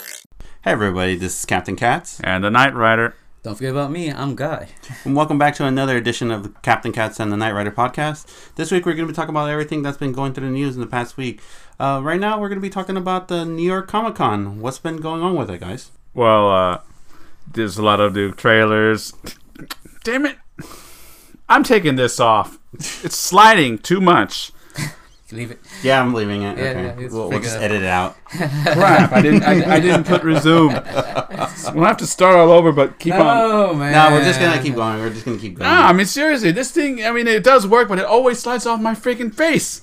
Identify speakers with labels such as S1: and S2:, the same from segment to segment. S1: Hey everybody, this is Captain Katz,
S2: And the Knight Rider.
S3: Don't forget about me. I'm Guy.
S1: and welcome back to another edition of the Captain Katz and the Knight Rider podcast. This week we're going to be talking about everything that's been going through the news in the past week. Uh, right now we're going to be talking about the New York Comic Con. What's been going on with it, guys?
S2: Well, uh, there's a lot of new trailers. Damn it. I'm taking this off. It's sliding too much.
S3: Leave it.
S1: Yeah, I'm leaving it.
S3: Yeah, yeah,
S1: okay,
S3: it's
S1: we'll, we'll
S3: figured
S1: just
S3: out.
S1: edit it out.
S2: Crap, I didn't I, I didn't put resume. We'll have to start all over, but keep on.
S3: Oh man.
S1: No, we're just gonna keep going. We're just gonna keep going.
S2: No,
S3: Ah.
S2: I mean seriously, this thing I mean it does work, but it always slides off my freaking face.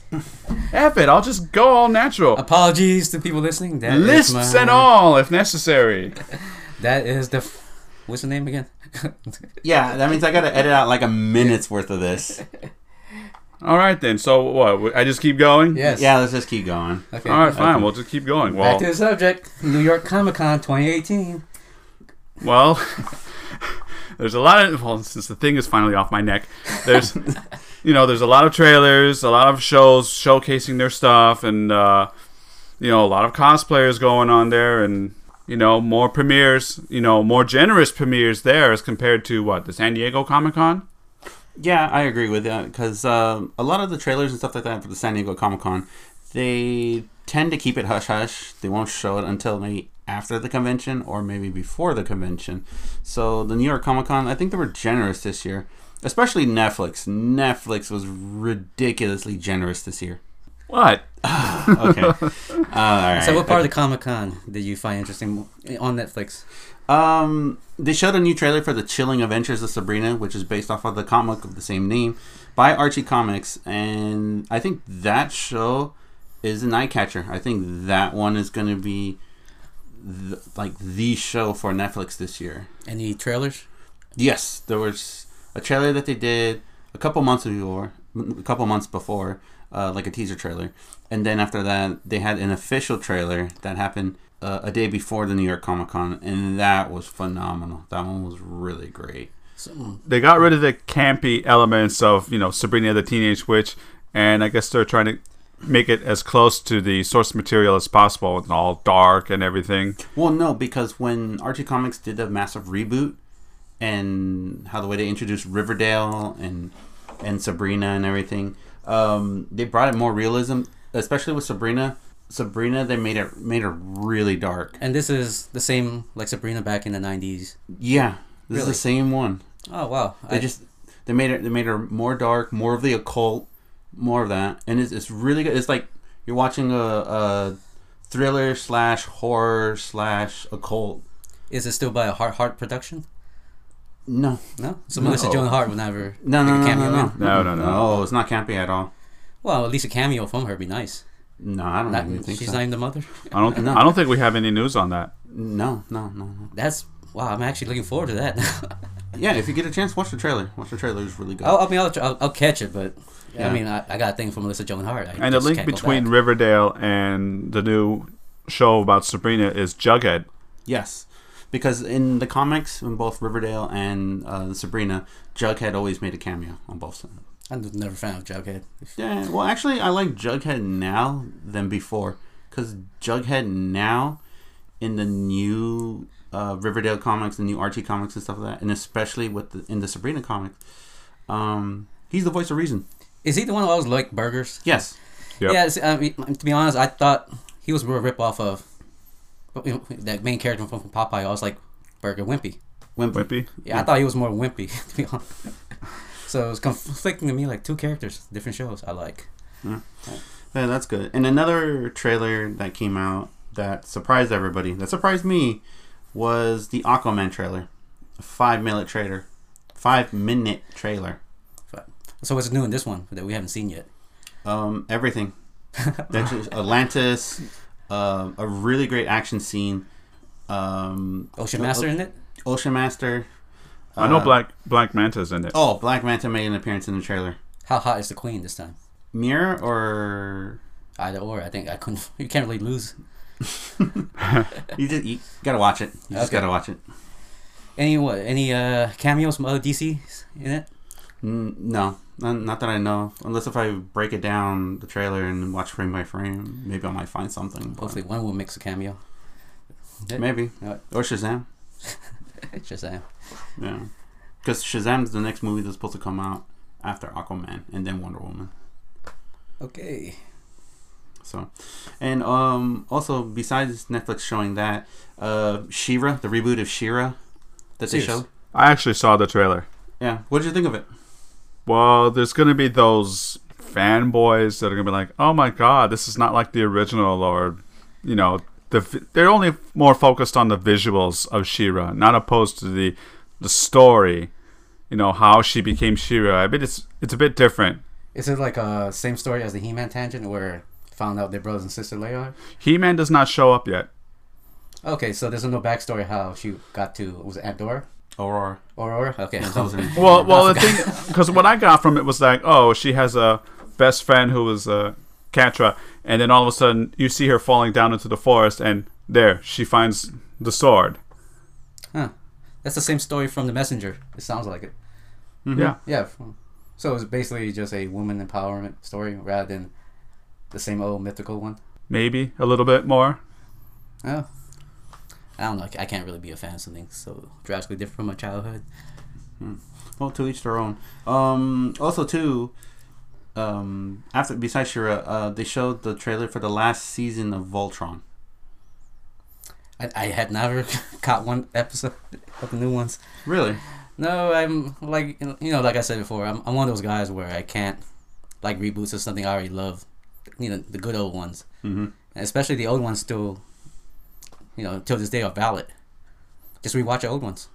S2: F it, I'll just go all natural.
S3: Apologies to people listening. That is
S2: Lists
S3: my-
S2: and all if necessary.
S3: That is the. F- What's the name again?
S1: Yeah, that means I got to edit out like a minute's worth of this.
S2: Alright then, so what? I just keep going?
S3: yes.
S1: Yeah, let's just keep going.
S3: Okay.
S2: Alright, fine, we'll just keep going. Well
S3: Back to the subject. New York Comic Con 2018.
S2: Well, there's a lot of well, since the thing is finally off my neck. There's, you know, there's a lot of trailers, a lot of shows showcasing their stuff, and uh, you know, a lot of cosplayers going on there, and you know, more premieres, you know, more generous premieres there as compared to what the San Diego Comic Con.
S1: Yeah, I agree with that because a lot of the trailers and stuff like that for the San Diego Comic Con, they tend to keep it hush hush. They won't show it until maybe after the convention or maybe before the convention. So the New York Comic Con, I think they were generous this year, especially Netflix. Netflix was ridiculously generous this year.
S2: What?
S1: Okay. uh, all right.
S3: So, what part of the Comic Con did you find interesting on Netflix?
S1: Um, they showed a new trailer for the Chilling Adventures of Sabrina, which is based off of the comic of the same name by Archie Comics, and I think that show is an eye catcher. I think that one is going to be th- like the show for Netflix this year.
S3: Any trailers?
S1: Yes, there was a trailer that they did a couple months ago, a couple months before, uh, like a teaser trailer, and then after that they had an official trailer that happened uh, a day before the New York Comic Con, and that was phenomenal. That one was really great.
S3: Something.
S2: They got rid of the campy elements of you know Sabrina the Teenage Witch, and I guess they're trying to make it as close to the source material as possible. It's all dark and everything.
S1: Well, no, because when Archie Comics did the massive reboot, and how the way they introduced Riverdale and and Sabrina and everything, um, they brought it more realism, especially with Sabrina. Sabrina, they made it made her really dark.
S3: And this is the same like Sabrina back in the 90s.
S1: Yeah, this is
S3: Really?
S1: the same one.
S3: Oh wow.
S1: They just they made it they made her more dark, more of the occult, more of that, and it's, it's really good. It's like you're watching a, a thriller slash horror slash occult.
S3: is it still by a Hart Hart production?
S1: No,
S3: No. So Melissa
S1: No.
S3: Joan Hart would never
S1: no,
S3: make
S1: no,
S3: a
S1: no,
S3: cameo
S1: no,
S3: in?
S1: no,
S2: No, no, no.
S1: no. It's not campy at all.
S3: Well, at least a cameo from her would be nice.
S1: No, I don't
S3: Not,
S1: even think
S3: she's
S1: so.
S3: not even the mother.
S2: I don't.
S1: No.
S2: I don't think we have any news on that.
S1: No, no, no, no.
S3: That's wow. I'm actually looking forward to that.
S1: Yeah, if you get a chance, watch the trailer. Watch the trailer is really good.
S3: I'll, I mean, I'll, tr- I'll, I'll catch it, but
S1: Yeah.
S3: I mean, I, I got a thing for Melissa Joan Hart. I
S2: And the
S3: just
S2: link
S3: can't go
S2: between
S3: back.
S2: Riverdale and the new show about Sabrina is Jughead.
S1: Yes, because in the comics, in both Riverdale and uh, Sabrina, Jughead always made a cameo on both sides.
S3: I'm just never a fan of Jughead.
S1: Yeah, well, actually, I like Jughead now than before because Jughead now in the new uh, Riverdale comics, the new Archie comics, and stuff like that, and especially with the, in the Sabrina comics, um, he's the voice of reason.
S3: Is he the one who always liked burgers?
S1: Yes,
S2: Yep.
S3: Yeah. see, I mean, to be honest, I thought he was more a rip off of but, you know, that main character from Popeye. I was like Burger Wimpy.
S1: Wimpy.
S2: Wimpy.
S3: Yeah, I thought he was more Wimpy. To be honest. So it was conflicting to me, like two characters, different shows I like.
S1: Yeah, that's good. And another trailer that came out that surprised everybody, that surprised me, was the Aquaman trailer. A five minute trailer. Five minute trailer.
S3: But, so what's new in this one that we haven't seen yet?
S1: Um, everything. That's just Atlantis, um, a really great action scene. Um,
S3: Ocean Oh, Master in it?
S1: Ocean Master.
S2: I know
S1: Uh,
S2: Black Black Manta's in it.
S1: Oh, Black Manta made an appearance in the trailer.
S3: How hot is the queen this time?
S1: Mirror or
S3: Either or, I think I couldn't. You can't really lose.
S1: you just you gotta watch it. You just
S3: Okay.
S1: gotta watch it.
S3: Any what? Any uh cameos from other DCs in it?
S1: Mm, No, N- not that I know. Unless if I break it down the trailer and watch frame by frame, maybe I might find something. but-
S3: Hopefully, one will mix a cameo.
S1: Maybe.
S3: Yeah.
S1: Or Shazam.
S3: Shazam.
S1: Yeah. Because Shazam's the next movie that's supposed to come out after Aquaman and then Wonder Woman.
S3: Okay.
S1: So, and um, also besides Netflix showing that, uh, Shira, the reboot of Shira, that they
S3: Serious?
S1: showed.
S2: I actually saw the trailer.
S1: Yeah. What did you think of it?
S2: Well, there's gonna be those fanboys that are gonna be like, "Oh my god, this is not like the original," or you know, the vi- they're only more focused on the visuals of Shira, not opposed to the the story. You know how she became Shira. I mean, it's it's a bit different.
S3: Is it like uh same story as the He-Man tangent where found out their brothers and sister later?
S2: He Man does not show up yet.
S3: Okay, so there's no backstory how she got to was it Andorra?
S1: Aurora.
S3: Aurora? Okay.
S1: Yeah, that was in-
S2: Well, well, the thing because what I got from it was like, oh, she has a best friend who was uh, Katra, and then all of a sudden you see her falling down into the forest, and there she finds the sword.
S3: Huh. That's the same story from The Messenger. It sounds like it.
S2: Yeah,
S3: Yeah. from- So it's basically just a woman empowerment story rather than the same old mythical one.
S2: maybe a little bit more.
S3: Oh. I don't know. I can't really be a fan of something so drastically different from my childhood.
S1: Well, to each their own. Um, also, too, um, after besides Shira, uh, they showed the trailer for the last season of Voltron.
S3: I, I had never caught one episode of the new ones.
S1: Really?
S3: No, I'm like you know, like I said before, I'm, I'm one of those guys where I can't like reboots of something I already love. You know, the good old ones,
S1: Mhm.
S3: and especially the old ones still. You know, till this day are valid. Just rewatch the old ones.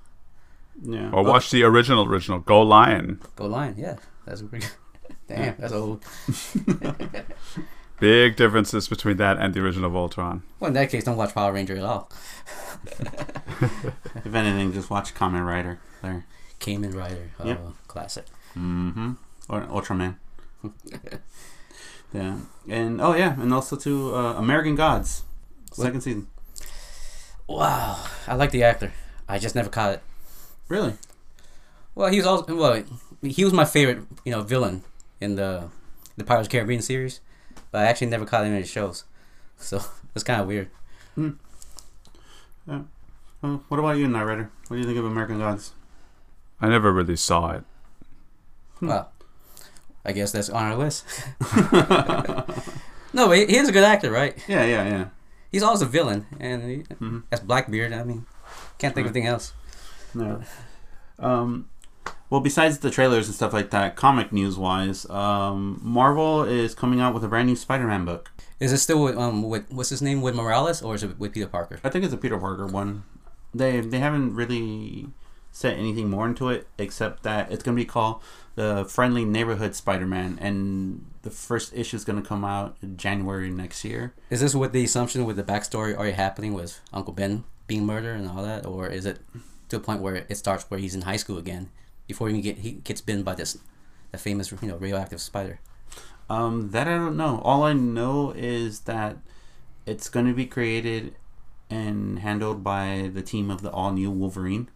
S1: Yeah.
S2: Or watch the original, original Go Lion,
S3: Go Lion, yeah, that's pretty. Damn, that's old.
S2: big differences between that and the original Voltron.
S3: Well, in that case, don't watch Power Ranger at all.
S1: If anything, just watch Kamen Rider there.
S3: Kamen Rider, uh,
S1: Yep.
S3: classic.
S1: Mm-hmm. Or Ultraman. yeah. And oh yeah, and also to uh, American Gods, second season.
S3: Wow, I like the actor. I just never caught it.
S1: Really?
S3: Well, he was also well, he was my favorite, you know, villain in the the Pirates of the Caribbean series, but I actually never caught him in his shows, so it's kind of weird.
S1: Well, Uh, what about you, Night Rider? What do you think of American Gods?
S2: I never really saw it.
S3: Well, I guess that's on our list. no, but he, he is a good actor, right?
S1: Yeah, yeah, yeah.
S3: He's always a villain, and he,
S1: Mhm.
S3: that's Blackbeard. I mean, can't think of anything else.
S1: No. Um, well, besides the trailers and stuff like that, comic news wise, um, Marvel is coming out with a brand new Spider-Man book.
S3: Is it still with, um with what's his name with Morales or is it with Peter Parker?
S1: I think it's a Peter Parker one. They they haven't really said anything more into it except that it's gonna be called the Friendly Neighborhood Spider-Man, and the first issue is gonna come out in January next year.
S3: Is this with the assumption with the backstory already happening with Uncle Ben being murdered and all that, or is it to a point where it starts where he's in high school again before he get he gets bitten by this the famous you know radioactive spider?
S1: Um, that I don't know. All I know is that it's going to be created and handled by the team of the all new Wolverine.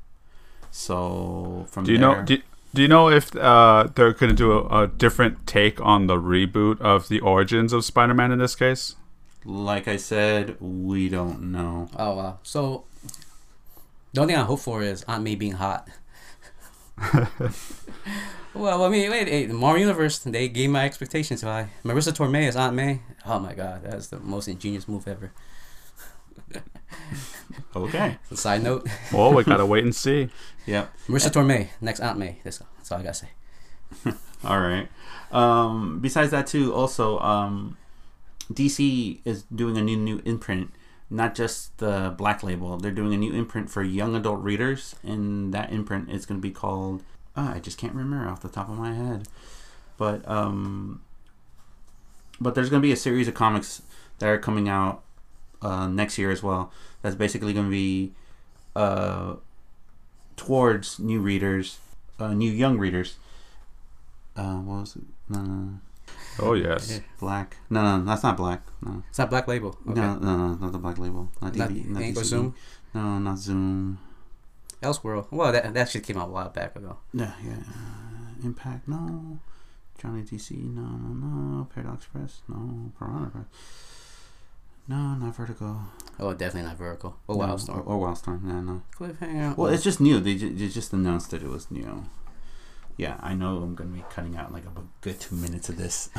S1: So from
S2: Do you
S1: there,
S2: know? Do, do you know if uh, they're going to do a, a different take on the reboot of the origins of Spider-Man in this case?
S1: like I said, we don't know.
S3: Oh wow! So the only thing I hope for is Aunt May being hot. well, I mean, wait, hey, the Marvel Universe they gave my expectations high. Marissa Tomei is Aunt May. Oh my God, that's the most ingenious move ever.
S1: Okay.
S3: Side note.
S2: Well, we gotta wait and see.
S1: yep.
S3: Marissa Torme, next Aunt May. That's, that's all I gotta say.
S1: All right. Um, besides that, too, also um, DC is doing a new new imprint. Not just the Black Label. They're doing a new imprint for young adult readers, and that imprint is going to be called. ah I just can't remember off the top of my head, but um, but there's going to be a series of comics that are coming out uh, next year as well. That's basically going to be uh, towards new readers, uh, new young readers. Uh, what was it? No, no, no.
S2: Oh yes.
S1: Black. No, no, that's not black. No,
S3: It's not Black Label. Okay.
S1: no, no, no, not the black label. Not,
S3: Not-
S1: DB, not E.
S3: ain't go
S1: DCE.
S3: Zoom?
S1: No, not Zoom.
S3: Elseworld. Well, that, that shit came out a while back ago.
S1: Yeah, yeah. Uh, Impact. No. Johnny DC. No, no, no. Paradox Press. No. Piranha Press. No, not Vertigo.
S3: Oh, definitely not Vertical. Oh, wow,
S1: no,
S3: Wildstorm.
S1: Or, or Wildstorm. Yeah, no.
S3: Cliffhanger.
S1: Well, it's just new. They, ju- they just announced that it was new. Yeah, I know I'm going to be cutting out like a bu- good two minutes of this.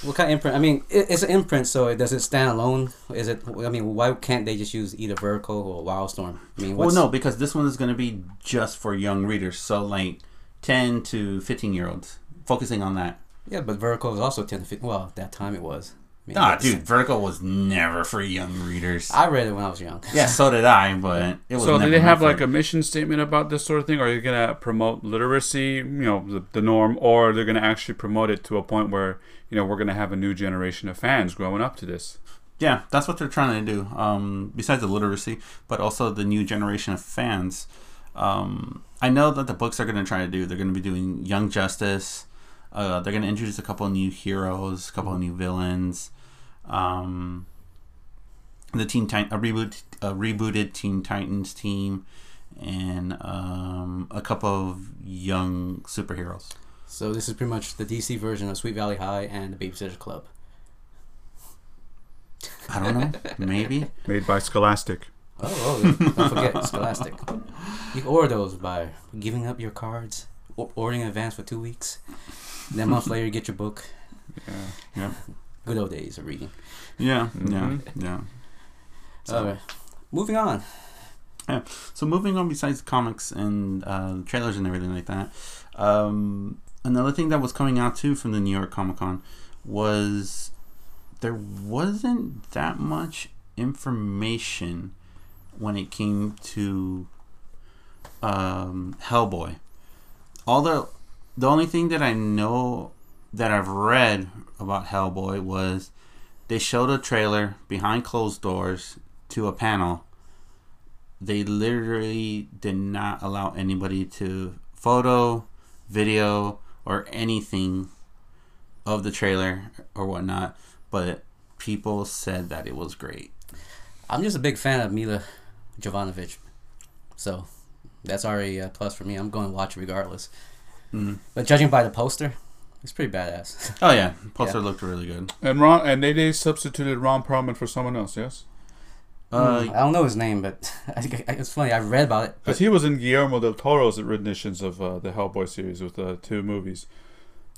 S3: What kind of imprint? I mean, it, it's an imprint, so it, does it stand alone? Is it? I mean, why can't they just use either Vertical or Wildstorm? I mean,
S1: well,
S3: what's,
S1: no, because this one is going to be just for young readers. So, like 10 to 15 year olds, focusing on that.
S3: Yeah, but Vertical is also ten to fifteen. Well, at that time it was. I mean,
S1: Ah,
S3: it's-
S1: dude, Vertical was never for young readers.
S3: I read it when I was young.
S1: yeah, so did I, but it was
S2: So do
S1: never
S2: they
S1: my
S2: have like
S1: favorite.
S2: a mission statement about this sort of thing? Are you gonna promote literacy, you know, the, the norm, or they're gonna actually promote it to a point where you know we're gonna have a new generation of fans growing up to this?
S1: Yeah, that's what they're trying to do. Um, besides the literacy, but also the new generation of fans. Um, I know that the books are going to try to do. They're going to be doing Young Justice. Uh, they're going to introduce a couple of new heroes, a couple of new villains. Um, the Teen Titan, a reboot, a rebooted Teen Titans team, and um, a couple of young superheroes.
S3: So this is pretty much the DC version of Sweet Valley High and the Babysitter Club.
S1: I don't know, maybe.
S2: Made by Scholastic.
S3: Oh, oh don't forget Scholastic. You can order those by giving up your cards, or- ordering in advance for two weeks. Then a month later, you get your book.
S2: Yeah.
S3: Good old days of reading.
S1: Yeah,
S2: Mhm.
S1: yeah, yeah.
S3: All right,
S2: Oh.
S3: moving on.
S1: So moving on, besides comics and uh, trailers and everything like that, um, another thing that was coming out too from the New York Comic Con was there wasn't that much information when it came to um, Hellboy. Although the only thing that I know that I've read about Hellboy was they showed a trailer behind closed doors to a panel they literally did not allow anybody to photo, video, or anything of the trailer or whatnot. But people said that it was great.
S3: I'm just a big fan of Mila Jovanovic, so that's already a plus for me. I'm going to watch it regardless.
S2: Mm-hmm.
S1: Mm.
S3: But judging by the poster, it's pretty badass.
S1: Oh yeah, poster looked really good.
S2: And Ron and they, they substituted Ron Perlman for someone else, yes?
S1: Uh,
S3: I don't know his name, but I, think- I, it's funny. I read about it.
S2: Because he was in Guillermo del Toro's renditions of uh, the Hellboy series with uh, two movies.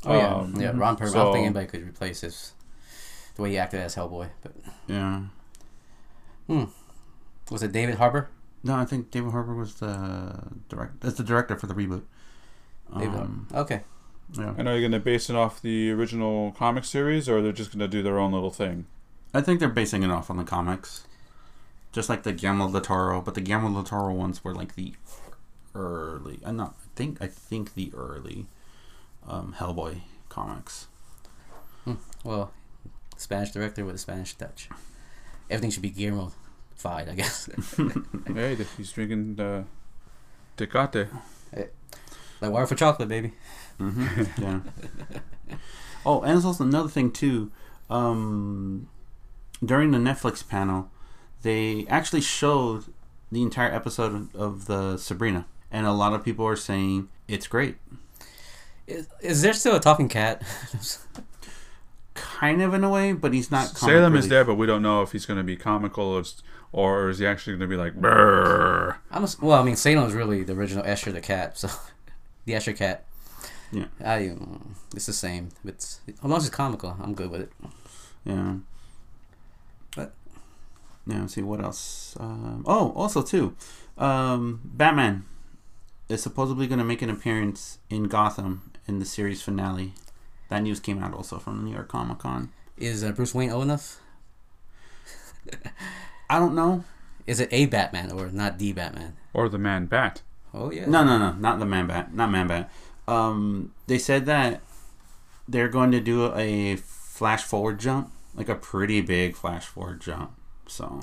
S3: Oh yeah,
S2: Um,
S3: yeah. Ron Perlman. I
S2: so-
S3: don't think anybody could replace his the way he acted as Hellboy. But
S1: yeah.
S3: was it David Harbour?
S1: No, I think David Harbour was the director. That's the director for the reboot.
S3: David
S1: Um,
S3: Okay.
S1: yeah.
S2: And are you going to base it off the original comic series, or they're just going to do their own little thing?
S1: I think they're basing it off on the comics, just like the Guillermo del Toro. But the Guillermo del Toro ones were like the early. I'm not. I think. I think the early um, Hellboy comics.
S3: Well, Spanish director with a Spanish touch. Everything should be Guillermo fied, I guess.
S2: hey, th- he's drinking uh, Tecate.
S3: like water for chocolate, baby.
S1: hmm yeah. Oh, and there's also another thing too. Um, during the Netflix panel, they actually showed the entire episode of the Sabrina, and a lot of people are saying it's great.
S3: Is, is there still a talking cat?
S1: Kind of in a way, but he's not. comic
S2: Salem is
S1: relief.
S2: there, but we don't know if he's going to be comical or, s- or is he actually going to be like, brrr.
S3: I'm ass- well. I mean, Salem's really the original Escher the cat. So, the Escher cat.
S1: Yeah.
S3: I. mm, It's the same. It's as long as it's comical, I'm good with it.
S1: Yeah.
S3: But-
S1: yeah. Let's see what else. Um, oh, also too, um, Batman is supposedly going to make an appearance in Gotham in the series finale. That news came out also from the New York Comic Con.
S3: Is uh, Bruce Wayne old enough?
S1: I don't know.
S3: Is it a Batman or not the Batman?
S2: or the man bat?
S3: Oh yeah.
S1: No, no, no, not the Man Bat, not Man Bat. Um, they said that they're going to do a flash forward jump, like a pretty big flash forward jump. So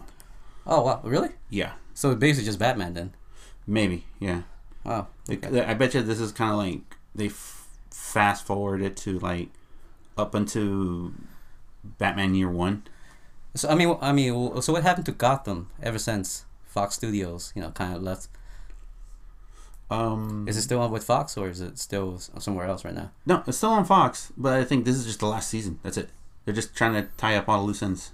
S3: Oh wow, really?
S1: yeah,
S3: So it's basically just Batman then.
S1: maybe yeah.
S3: Wow.
S1: Like,
S3: Okay.
S1: I bet you this is kind of like they f- fast forward it to like up into Batman Year One.
S3: So I mean, I mean, w- so what happened to Gotham ever since Fox Studios, you know, kind of left?
S1: Um,
S3: Is it still on with Fox or is it still s- somewhere else right now?
S1: no, it's still on Fox, but I think this is just the last season. That's it. They're just trying to tie up all the loose ends.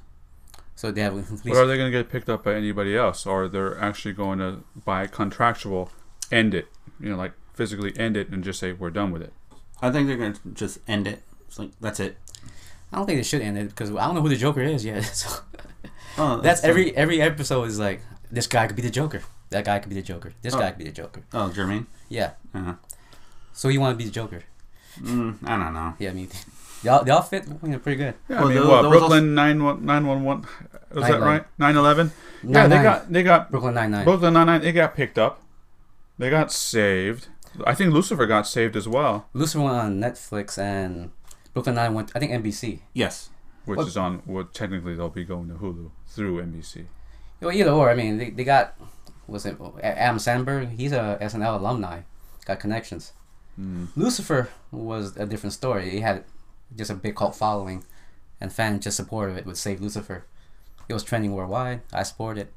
S3: So they have at
S2: But are
S3: least
S2: they going to get picked up by anybody else, or they're actually going to by contractual end it? You know, like physically end it and just say we're done with it.
S1: I think they're gonna just end it. It's like that's it.
S3: I don't think they should end it because I don't know who the Joker is yet. So
S1: Oh,
S3: that's every every episode is like this guy could be the Joker. That guy could be the Joker. This
S1: Oh.
S3: guy could be the Joker.
S1: Oh, Jermaine.
S3: Yeah.
S1: Uh-huh.
S3: So you want to be the Joker?
S1: Mm, I don't know.
S3: Yeah, I mean, y'all, y'all fit you know, pretty good.
S2: Yeah,
S1: Well,
S2: I mean,
S1: tho-
S2: what
S1: that was
S2: Brooklyn nine one nine one one was that
S3: 9/11.
S2: right? Nine eleven. Yeah,
S3: Nine
S2: they
S3: Nine.
S2: got they got
S3: Brooklyn Nine Nine.
S2: Brooklyn nine nine. They got picked up. They got saved. I think Lucifer got saved as well,
S3: Lucifer went on Netflix and Brooklyn Nine went. I think NBC.
S1: Yes.
S2: which
S1: What-
S2: is on. Well, technically they'll be going to Hulu through NBC.
S3: Well, either or. I mean, they, they got was it A- Adam Sandberg? He's a SNL alumni, got connections.
S1: Hmm.
S2: Mm.
S3: Lucifer was a different story. He had just a big cult following, and fans just supported it with Save Lucifer. It was trending worldwide. I supported it.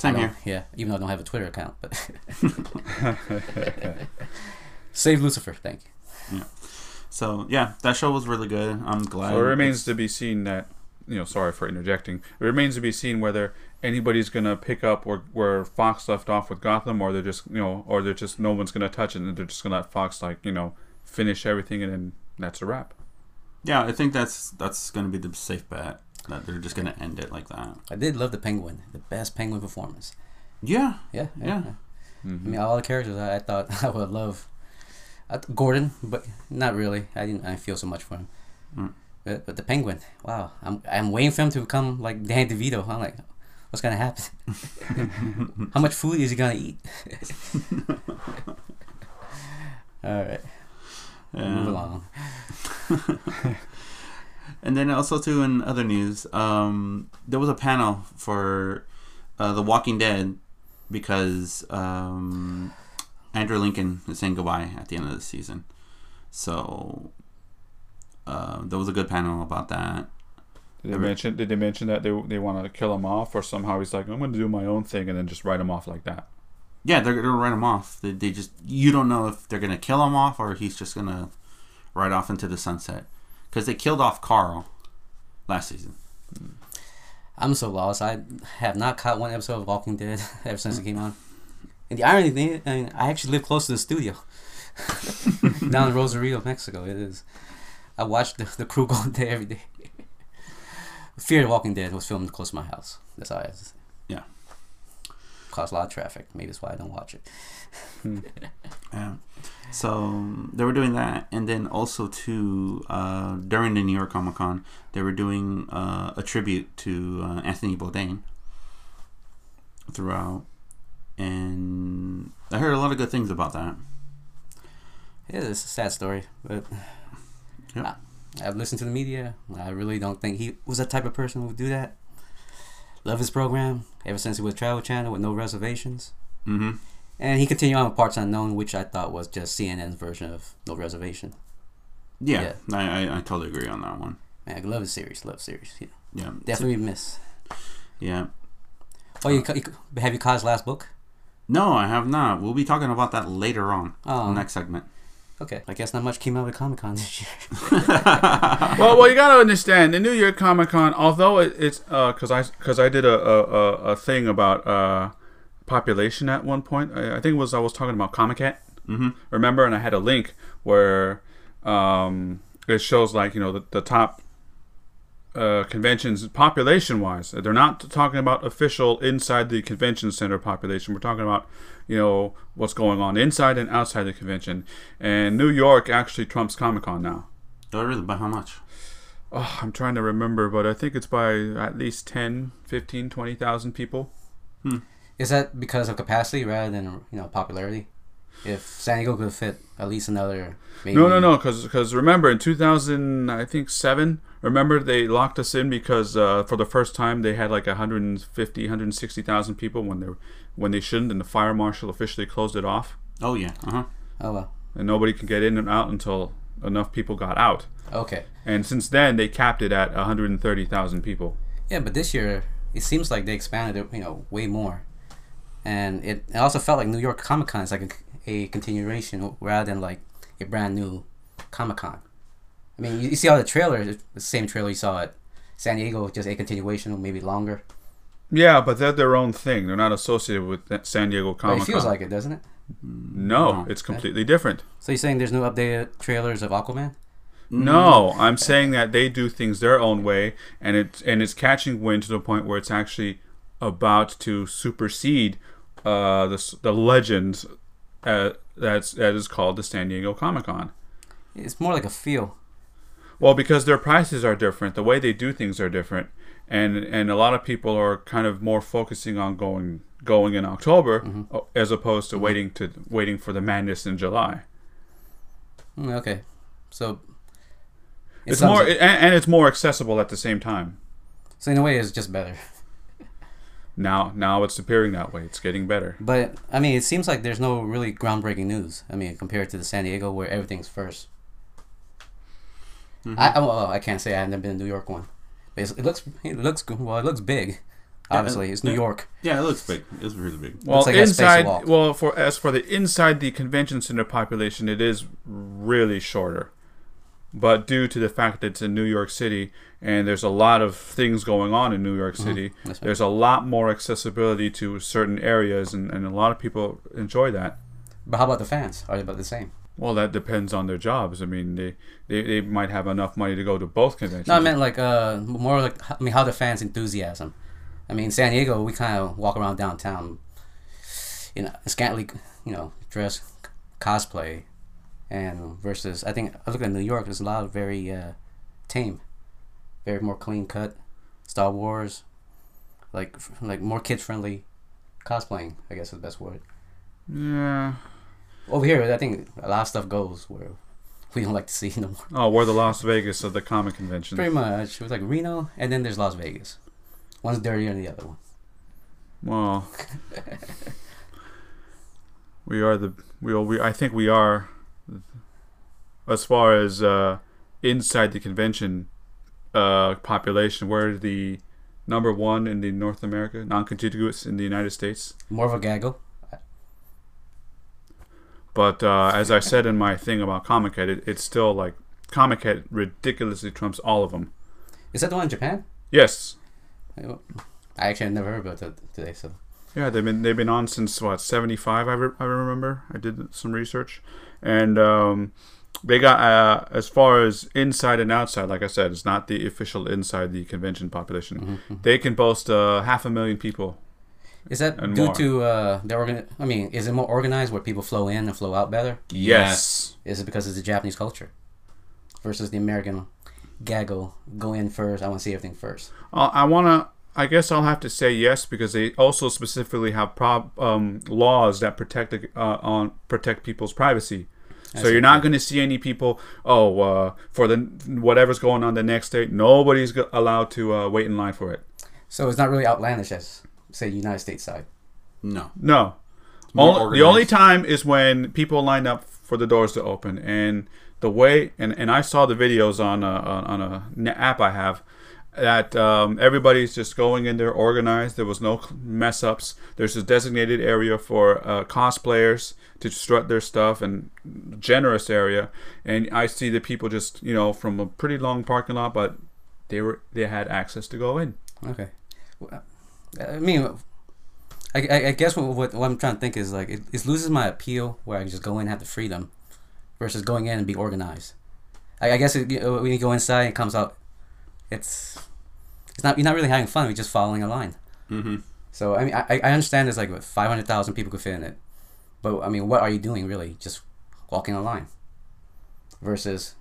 S1: Same
S3: I
S1: here.
S3: don't- Yeah, even though I don't have a Twitter account, but Save Lucifer. Thank you.
S1: So yeah, that show was really good. I'm glad.
S2: So it remains to be seen that you know. Sorry for interjecting. It remains to be seen whether anybody's gonna pick up where, where Fox left off with Gotham, or they're just you know, or they're just no one's gonna touch it, and they're just gonna let Fox like you know finish everything, and then that's a wrap.
S1: Yeah, I think that's that's gonna be the safe bet that they're just gonna end it like that.
S3: I did love the Penguin. The best Penguin performance.
S1: Yeah.
S3: Yeah,
S1: Yeah.
S3: I mean, all the characters I, I thought I would love. I th- Gordon, but not really. I didn't. I didn't feel so much for him.
S1: Mm.
S3: But, but the Penguin, wow! I'm I'm waiting for him to become like Dan DeVito. I'm like, what's gonna happen? How much food is he gonna eat? all right, move
S1: Um,
S3: along.
S1: And then also too in other news, um, there was a panel for uh, The Walking Dead because um, Andrew Lincoln is saying goodbye at the end of the season. So uh, there was a good panel about that.
S2: Did they mention? Did they mention that they they want to kill him off, or somehow he's like, I'm gonna do my own thing, and then just write him off like that?
S1: Yeah, they're gonna write him off. They, they just you don't know if they're gonna kill him off or he's just gonna ride off into the sunset because they killed off Carl last season.
S3: I'm so lost. I have not caught one episode of Walking Dead ever since it came on. And the irony thing, is, I, mean, I actually live close to the studio, down in Rosarito, Mexico. It is. I watch the, the crew go on there every day. Fear of Walking Dead was filmed close to my house. That's how it is.
S1: Yeah.
S3: Caused a lot of traffic. Maybe that's why I don't watch it.
S1: Yeah. So they were doing that, and then also too uh, during the New York Comic Con, they were doing uh, a tribute to uh, Anthony Bourdain throughout, and I heard a lot of good things about that.
S3: It is a sad story, but
S1: Yep.
S3: I, I've listened to the media. I really don't think he was that type of person who would do that. Love his program ever since he was Travel Channel with no reservations.
S1: hmm
S3: And he continued on with Parts Unknown, which I thought was just CNN's version of No Reservation.
S1: Yeah, I, I I totally agree on that one.
S3: Man, I love his series, love series. Yeah.
S1: Yeah,
S3: Definitely miss.
S1: yeah.
S3: Oh, you, ca- you ca- have you caught his last book?
S1: No, I have not. We'll be talking about that later on
S3: Oh,
S1: next segment.
S3: okay. I guess not much came out of Comic Con this year.
S2: well, well, you gotta understand the New York Comic Con. Although it, it's because I because I did a, a, a, a thing about uh, population at one point. I, I think it was I was talking about Comic Cat.
S1: Mhm.
S2: Remember, and I had a link where um, it shows like you know the, the top uh, conventions population wise. They're not talking about official inside the convention center population. We're talking about, you know, what's going on inside and outside the convention. And New York actually trumps Comic Con now.
S1: Oh, really? By how much?
S2: Oh, I'm trying to remember, but I think it's by at least 10, 15, 20,000 people.
S3: Is that because of capacity rather than you know popularity? If San Diego could fit at least another, maybe
S2: No, no, no, because remember in 2000, I think seven. Remember they locked us in because uh, for the first time they had like 150, 160,000 people when they when they shouldn't, and the fire marshal officially closed it off,
S1: Oh yeah. Uh huh.
S3: Oh well,
S2: and nobody could get in and out until enough people got out.
S3: okay.
S2: And since then they capped it at 130,000 people.
S3: Yeah, but this year it seems like they expanded it, you know, way more, and it, it also felt like New York Comic Con is like a, a continuation rather than like a brand new Comic Con. I mean, you, you see all the trailers, it's the same trailer you saw at San Diego just a continuation, or maybe longer.
S2: Yeah, but they're their own thing. They're not associated with that San Diego
S3: But
S2: Comic Con.
S3: it feels like it, doesn't it?
S2: no,
S1: No.
S2: it's completely different.
S3: So you're saying there's no updated trailers of Aquaman?
S2: No,
S3: Mm-hmm.
S2: I'm saying that they do things their own way, and it's and it's catching wind to the point where it's actually about to supersede uh, the s- the legend uh, that's that is called the San Diego Comic Con.
S3: It's more like a feel.
S2: Well, because their prices are different, the way they do things are different, and and a lot of people are kind of more focusing on going going in October
S3: Mm-hmm.
S2: uh, as opposed to waiting to waiting for the madness in July.
S3: Mm, okay, so it
S2: It's
S3: sounds
S2: more
S3: like-
S2: and, and it's more accessible at the same time.
S3: so in a way, it's just better.
S2: Now now it's appearing that way. It's getting better.
S3: But I mean, it seems like there's no really groundbreaking news. I mean, compared to the San Diego, where everything's 1st
S1: Mm-hmm.
S3: I, I well, I can't say I haven't been to New York one, but it's, it looks it looks good. well, it looks big. Obviously, it's New
S1: yeah.
S3: York.
S1: Yeah, it looks big. It's really big.
S2: Well,
S3: like it has space to
S2: inside
S3: walk.
S2: well for as for the inside the convention center population, it is really shorter. But due to the fact that it's in New York City and there's a lot of things going on in New York
S3: Mm-hmm.
S2: City,
S3: That's right.
S2: there's a lot more accessibility to certain areas, and, and a lot of people enjoy that.
S3: But how about the fans? Are they about the same?
S2: Well, that depends on their jobs. I mean, they, they, they might have enough money to go to both conventions.
S3: No, I meant like uh more like I mean how the fans enthusiasm. I mean San Diego, we kind of walk around downtown, you know, scantily, you know, dress, cosplay, and versus I think I look at New York. There's a lot of very uh, tame, very more clean cut, Star Wars, like like more kid friendly, cosplaying. I guess is the best word.
S2: yeah.
S3: Over here, I think a lot of stuff goes where we don't like to see no more.
S2: Oh, we're the Las Vegas of the comic convention.
S3: Pretty much. It was like Reno, and then there's Las Vegas. One's dirtier than the other one.
S2: Well, we are the we, are- we I think we are as far as uh, inside the convention uh, population. We're the number one in the North America non-contiguous in the United States.
S3: More of a gaggle.
S2: But uh, as I said in my thing about Comic Head, it, it's still like Comic Head ridiculously trumps all of them.
S3: Is that the one in Japan?
S2: Yes.
S3: I actually have never heard about that today. So
S2: Yeah, they've been they've been on since what seventy five. I, re- I remember I did some research, and um, they got uh, as far as inside and outside. Like I said, it's not the official inside the convention population. They can boast uh, half a million people.
S3: is that
S2: And
S3: due
S2: more.
S3: to uh, the organ? I mean, is it more organized where people flow in and flow out better?
S1: Yes.
S3: Is it because it's the Japanese culture versus the American gaggle? Go in first. I want to see everything first.
S2: i Uh, I wanna. I guess I'll have to say yes because they also specifically have prob- um, laws that protect the- uh, on protect people's privacy. So
S3: see.
S2: you're not going to see any people. Oh, uh, for the whatever's going on the next day, nobody's go- allowed to uh, wait in line for it.
S3: So it's not really outlandish as say United States side.
S1: No.
S2: No.
S1: more
S2: Only- the only
S1: organized.
S2: time is when people line up for the doors to open, and the way and, and I saw the videos on a, on a n- app I have that um, everybody's just going in there organized. There was no mess ups. There's a designated area for uh, cosplayers to strut their stuff and generous area. And I see the people just you know from a pretty long parking lot, but they were they had access to go in.
S3: Okay. Well, uh, I mean, I, I, I guess what, what, what I'm trying to think is like it, it loses my appeal where I can just go in and have the freedom versus going in and be organized. I, I guess it, you know, when you go inside and it comes out, it's it's not you're not really having fun. You're just following a line.
S1: Mm-hmm.
S3: So I mean, I, I- I understand there's like what, 500,000 people could fit in it, but I mean, what are you doing really? Just walking a line versus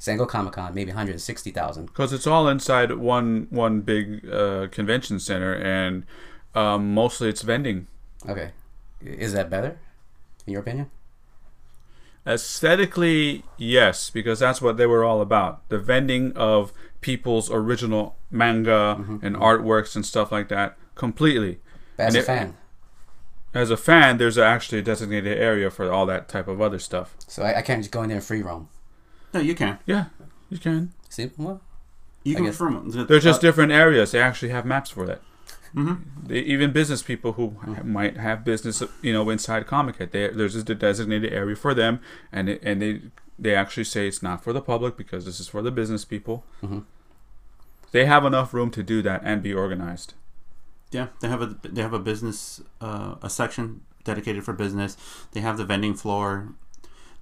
S3: Sango Comic Con, maybe 160,000.
S2: because it's all inside one one big uh, convention center, and um, mostly it's vending.
S3: Okay, is that better, in your opinion?
S2: Aesthetically, yes, because that's what they were all about. The vending of people's original manga and artworks and stuff like that completely.
S3: But as
S2: And
S3: a
S2: it-
S3: fan,
S2: As a fan, there's actually a designated area for all that type of other stuff.
S3: so I, I can't just go in there and free roam.
S1: No, you can.
S2: Yeah, you can.
S3: See, well,
S1: You
S3: I
S1: can
S3: guess-
S1: from
S2: They're just
S1: Uh,
S2: different areas. They actually have maps for that. They, even business people who ha- might have business, you know, inside Comic Con, they, there's just a designated area for them, and it, and they they actually say it's not for the public because this is for the business people. They have enough room to do that and be organized.
S1: Yeah, they have a they have a business uh, a section dedicated for business. They have the vending floor.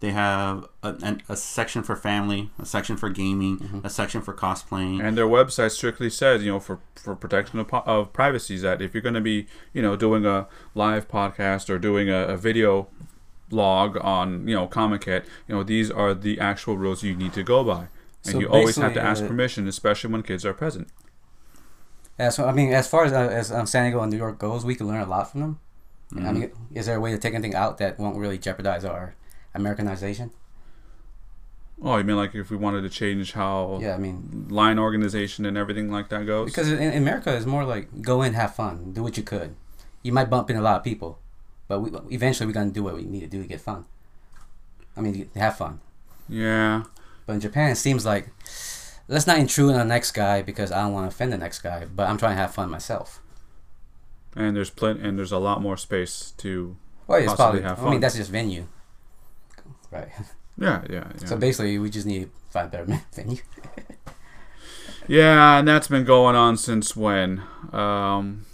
S1: They have a, an, a section for family, a section for gaming,
S3: Mm-hmm.
S1: a section for cosplaying.
S2: And their website strictly says, you know, for for protection of, po- of privacy, is that if you're going to be, you know, doing a live podcast or doing a, a video log on, you know, Comic Kit, you know, these are the actual rules you need to go by, and
S3: So
S2: you always have to
S3: basically,
S2: ask
S3: uh,
S2: permission, especially when kids are present.
S3: Yeah, so I mean, as far as uh, as um, San Diego and New York goes, we can learn a lot from them. I
S2: Mm-hmm.
S3: mean, is there a way to take anything out that won't really jeopardize our Americanization?
S2: Oh, you mean like if we wanted to change how
S3: Yeah, I mean,
S2: line organization and everything like that goes?
S3: Because in, in America, it's more like go in, have fun, do what you could. You might bump into a lot of people, but we, eventually we're gonna do what we need to do to get fun. I mean, have fun.
S2: yeah,
S3: But in Japan, it seems like let's not intrude on the next guy because I don't want to offend the next guy. But I'm trying to have fun myself.
S2: and there's plenty, and there's a lot more space to.
S3: Well, it's
S2: Possibly
S3: probably.
S2: have
S3: I
S2: fun.
S3: mean, that's just venue, right?
S2: Yeah, yeah, yeah.
S3: So basically, we just need to find a better venue.
S2: Yeah, and that's been going on since when? Um,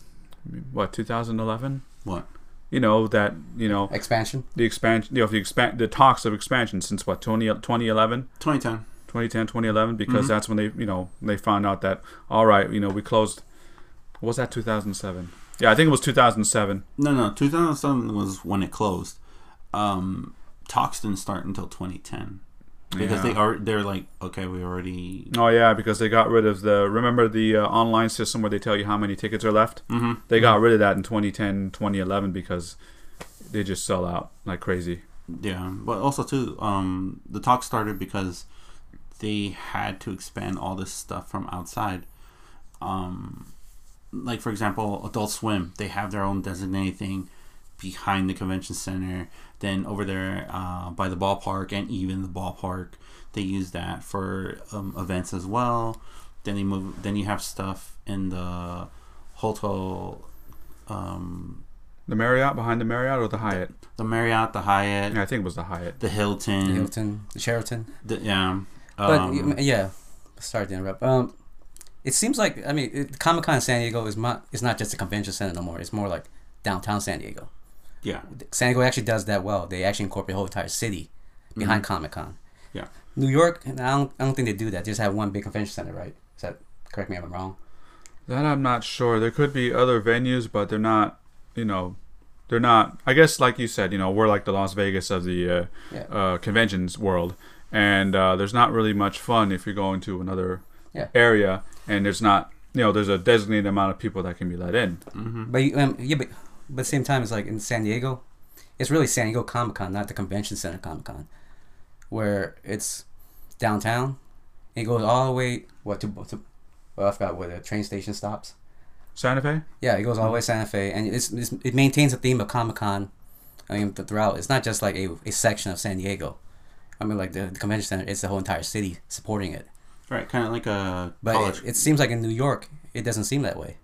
S2: what, 2011?
S1: What?
S2: You know that you know
S3: Expansion.
S2: the expansion, you know the expand, the talks of expansion since what 20, 2011,
S1: 2010.
S2: 2010, 2011, because that's when they you know they found out that all right, you know we closed. Was that 2007? Yeah, I think it was 2007.
S1: No, no, 2007 was when it closed. Um, talks didn't start until 2010 because
S2: Yeah.
S1: they are they're like okay, we already
S2: Oh yeah, because they got rid of the remember the uh, online system where they tell you how many tickets are left.
S1: Mhm.
S2: They got rid of that in 2010, 2011 because they just sell out like crazy.
S1: yeah, but also too um the talks started because they had to expand all this stuff from outside. Um, like for example, Adult Swim they have their own designated thing behind the convention center. Then over there uh, by the ballpark and even the ballpark, they use that for um, events as well. Then they move. Then you have stuff in the hotel, um,
S2: The Marriott behind the Marriott or the Hyatt?
S1: the Marriott, the Hyatt,
S2: Yeah, I think it was the Hyatt.
S1: the
S2: Mm-hmm.
S1: Hilton,
S3: Hilton, Sheraton.
S1: the, yeah.
S3: But
S1: um,
S3: y- yeah, sorry to interrupt. Um, it seems like I mean, Comic Con San Diego is not it's not just a convention center no more. It's more like downtown San Diego.
S1: yeah,
S3: San Diego actually does that well. They actually incorporate the whole entire city behind
S2: Mm-hmm.
S3: Comic Con.
S1: yeah.
S3: New York, and I don't, I don't think they do that. They just have one big convention center, right? Is that correct me if I'm wrong?
S2: That I'm not sure. There could be other venues, but they're not. You know, they're not. I guess like you said, you know, we're like the Las Vegas of the uh,
S3: Yeah.
S2: uh, conventions world, and uh, there's not really much fun if you're going to another
S3: Yeah.
S2: area and there's not. You know, there's a designated amount of people that can be let in.
S3: But you- um, yeah, but but at the same time, it's like in San Diego, it's really San Diego Comic Con, not the convention center Comic Con, where it's downtown. And it goes all the way what to, to well, I forgot where the train station stops.
S2: Santa Fe.
S3: Yeah, it goes all the way to Santa Fe, and it's, it's it maintains the theme of Comic Con. I mean, th- throughout, it's not just like a, a section of San Diego. I mean, like the, the convention center, it's the whole entire city supporting it.
S1: Right, kind of like a
S3: But
S1: college.
S3: it, it seems like in New York, it doesn't seem that way.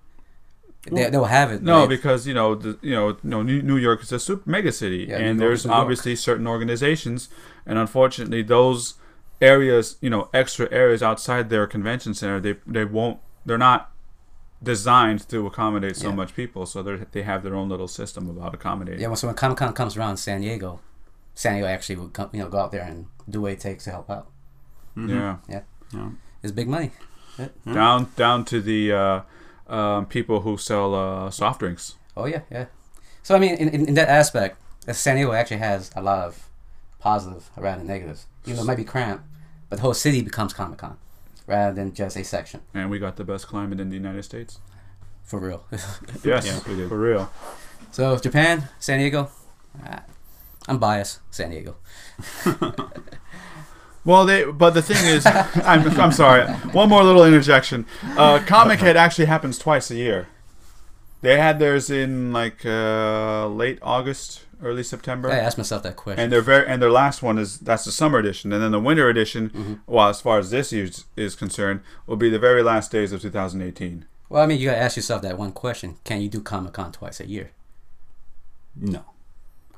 S3: They, they'll have it.
S2: No,
S3: but it-
S2: because you know, the, you know, no, New New York is a super mega city,
S3: Yeah, New
S2: and
S3: York
S2: there's
S3: is New York.
S2: obviously certain organizations, and unfortunately, those areas, you know, extra areas outside their convention center, they they won't, they're not designed to accommodate so
S3: Yeah.
S2: much people, so they they have their own little system about accommodating.
S3: Yeah, well, so when Comic Con comes around San Diego, San Diego actually would come, you know go out there and do what it takes to help out.
S2: Yeah.
S3: Yeah,
S1: Yeah.
S3: it's big money.
S2: down down to the uh, um, people who sell uh, soft drinks.
S3: Oh yeah, yeah. So I mean, in, in, in that aspect, uh, San Diego actually has a lot of positive rather than negatives. You know, it might be cramped, but the whole city becomes Comic Con rather than just a section.
S2: And we got the best climate in the United States.
S3: For real.
S2: Yes,
S1: Yeah,
S2: we did. for real.
S3: so Japan, San Diego. Ah, I'm biased, San Diego.
S2: Well, they. But the thing is, I'm, I'm sorry. One more little interjection. Uh, Comic Head actually happens twice a year. They had theirs in like uh, late August, early September,
S3: I asked myself that question.
S2: and their very and their last one is that's the summer edition, and then the winter edition.
S3: Mm-hmm.
S2: Well, as far as this year is concerned, will be the very last days of 2018.
S3: well, I mean, you gotta ask yourself that one question: Can you do Comic Con twice a year?
S1: No,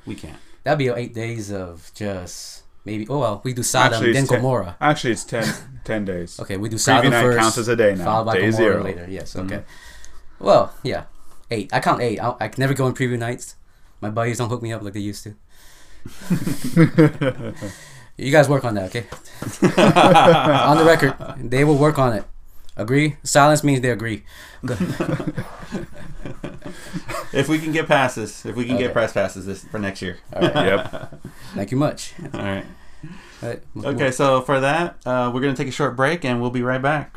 S1: we can't.
S3: That'd be eight days of just Maybe. Oh well, we do Sodom
S2: ten,
S3: then Gomorrah.
S2: Actually, it's 10, 10 days.
S3: Okay, we do
S2: Preview
S3: Sodom
S2: night
S3: first.
S2: counts as a day now.
S3: Followed by
S2: day
S3: Gomorrah
S2: zero. Mm-hmm.
S3: later. Yes. Okay. Well, yeah, eight. I count eight. I, I can never go on preview nights. My buddies don't hook me up like they used to. you guys work on that, okay? on the record, they will work on it. Agree? Silence means they agree.
S1: If we can get passes, if we can
S3: Okay.
S1: get press passes this for next year.
S3: All right.
S2: Yep.
S3: Thank you much.
S1: All right.
S3: All right, we'll-
S1: Okay, so for that, uh, we're going to take a short break and we'll be right back.